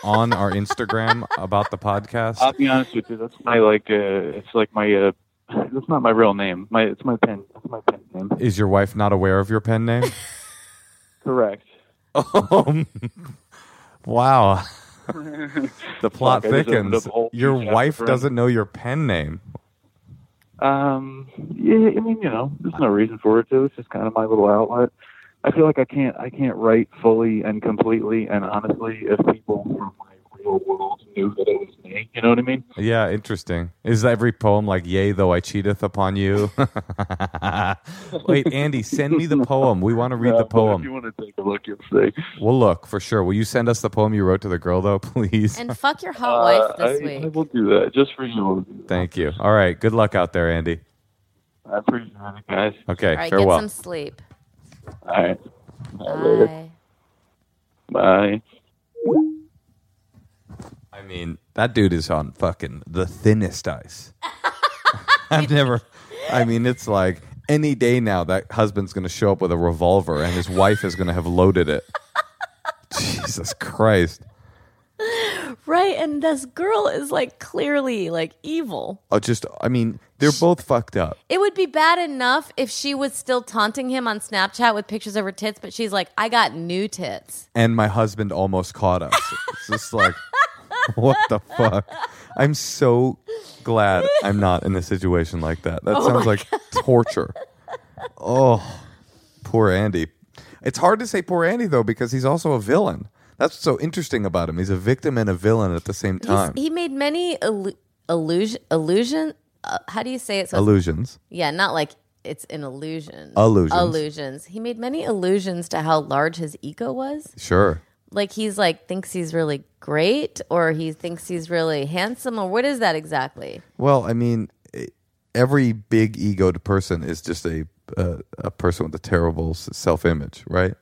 on our Instagram about the podcast?
I'll be honest with you, that's my like, uh, it's like my, uh, that's not my real name. My it's my pen, that's my pen name.
Is your wife not aware of your pen name?
Correct.
Um, wow. The plot
Fuck, I just opened
thickens.
up a whole
Your
huge
wife
chapter.
doesn't know your pen name.
Um, yeah, I mean, you know, there's no reason for it to. It's just kind of my little outlet. I feel like I can't, I can't write fully and completely and honestly if people from my real world knew that it was me. You know what I mean?
Yeah, interesting. Is every poem like "Yea, though I cheateth upon you"? Wait, Andy, send me the poem. We want to read
Uh,
the
but If you
poem.
want to take a look, you'll see.
We'll look for sure. Will you send us the poem you wrote to the girl though, please?
and fuck your hot
Uh,
wife this
I,
week.
I will do that just for you.
Thank you. All right. Good luck out there, Andy.
I appreciate it, guys.
Okay.
All right,
farewell.
get some sleep.
All right. All right, later.
Bye.
Bye.
I mean, that dude is on fucking the thinnest ice. I've never. I mean, it's like any day now that husband's going to show up with a revolver and his wife is going to have loaded it. Jesus Christ!
Right, and this girl is like clearly like evil.
Oh, just I mean, they're both fucked up.
It would be bad enough if she was still taunting him on Snapchat with pictures of her tits, but she's like, I got new tits.
And my husband almost caught us. It's just like, what the fuck? I'm so glad I'm not in a situation like that. That sounds like torture. Oh, poor Andy. It's hard to say poor Andy though because he's also a villain. That's what's so interesting about him. He's a victim and a villain at the same
He's,
time.
he made many illu- illusion, illusion. Uh, how do you say it? So it's-
Illusions.
yeah, not like it's an illusion.
Illusions.
Illusions. He made many illusions to how large his ego was.
Sure.
Like he's like thinks he's really great, or he thinks he's really handsome, or what is that exactly?
Well, I mean, eh, every big egoed person is just a uh, a person with a terrible self image, right?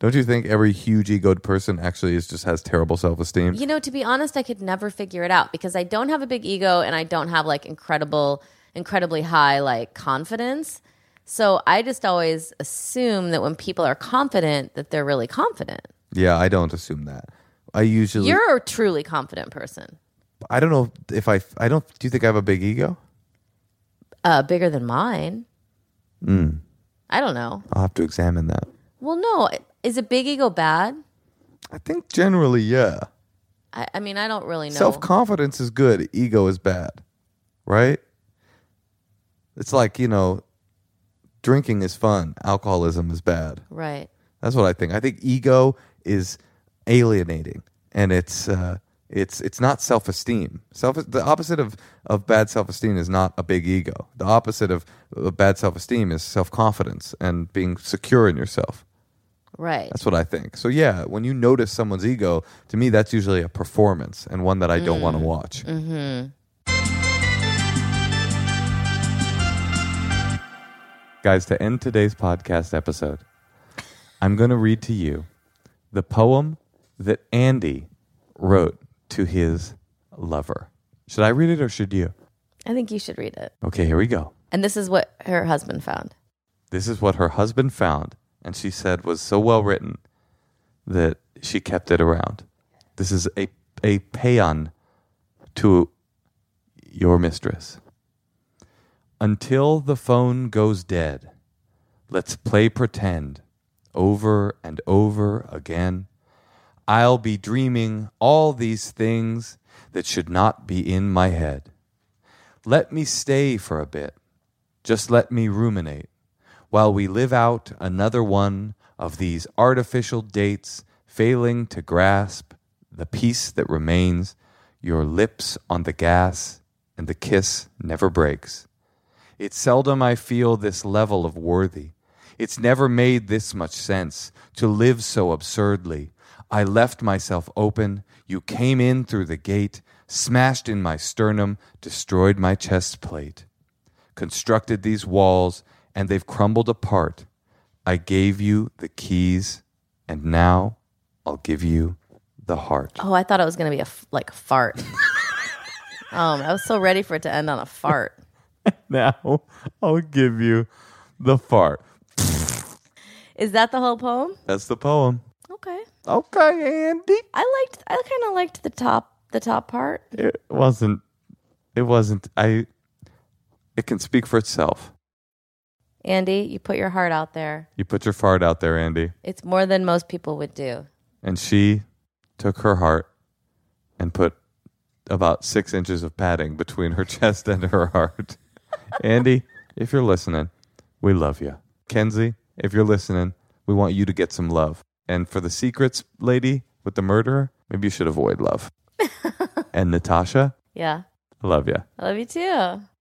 Don't you think every huge egoed person actually is just has terrible self esteem?
You know, to be honest, I could never figure it out because I don't have a big ego and I don't have like incredible, incredibly high like confidence. So I just always assume that when people are confident, that they're really confident.
Yeah, I don't assume that. I usually,
You're a truly confident person,
I don't know if I, I don't. Do you think I have a big ego?
uh, bigger than mine. I don't know.
I'll have to examine that.
Well, no, is a big ego bad?
I think generally, yeah.
I, I mean, I don't really know.
Self confidence is good. Ego is bad, right? It's like you know, drinking is fun. Alcoholism is bad.
right.
That's what I think. I think ego is alienating, and it's uh, it's it's not self esteem. Self the opposite of of bad self esteem is not a big ego. The opposite of uh, bad self esteem is self confidence and being secure in yourself.
Right.
That's what I think. So yeah, when you notice someone's ego, to me that's usually a performance and one that I don't want to watch.
Mm-hmm.
Guys, to end today's podcast episode, I'm going to read to you the poem that Andy wrote to his lover. Should I read it or should you?
I think you should read it.
Okay, here we go.
And this is what her husband found.
This is what her husband found, and she said was so well written that she kept it around. This is a a paean to your mistress. Until the phone goes dead, let's play pretend over and over again. I'll be dreaming all these things that should not be in my head. Let me stay for a bit. Just let me ruminate while we live out another one of these artificial dates, failing to grasp the peace that remains, your lips on the gas, and the kiss never breaks. It's seldom I feel this level of worthy. It's never made this much sense to live so absurdly. I left myself open. You came in through the gate, smashed in my sternum, destroyed my chest plate constructed these walls, and they've crumbled apart. I gave you the keys, and now I'll give you the heart.
Oh, I thought it was gonna be a f- like a fart. um, I was so ready for it to end on a fart.
Now I'll give you the fart.
Is that the whole poem?
That's the poem.
Okay.
Okay, Andy.
I liked. I kind of liked the top. The top part.
It wasn't. It wasn't. I. It can speak for itself.
Andy, you put your heart out there.
You put your fart out there, Andy,
It's more than most people would do.
and she took her heart and put about six inches of padding between her chest and her heart. Andy, if you're listening, we love you. Kenzie, if you're listening, we want you to get some love. And for the secrets lady with the murderer, maybe you should avoid love. and Natasha,
Yeah.
I love you.
I love you too.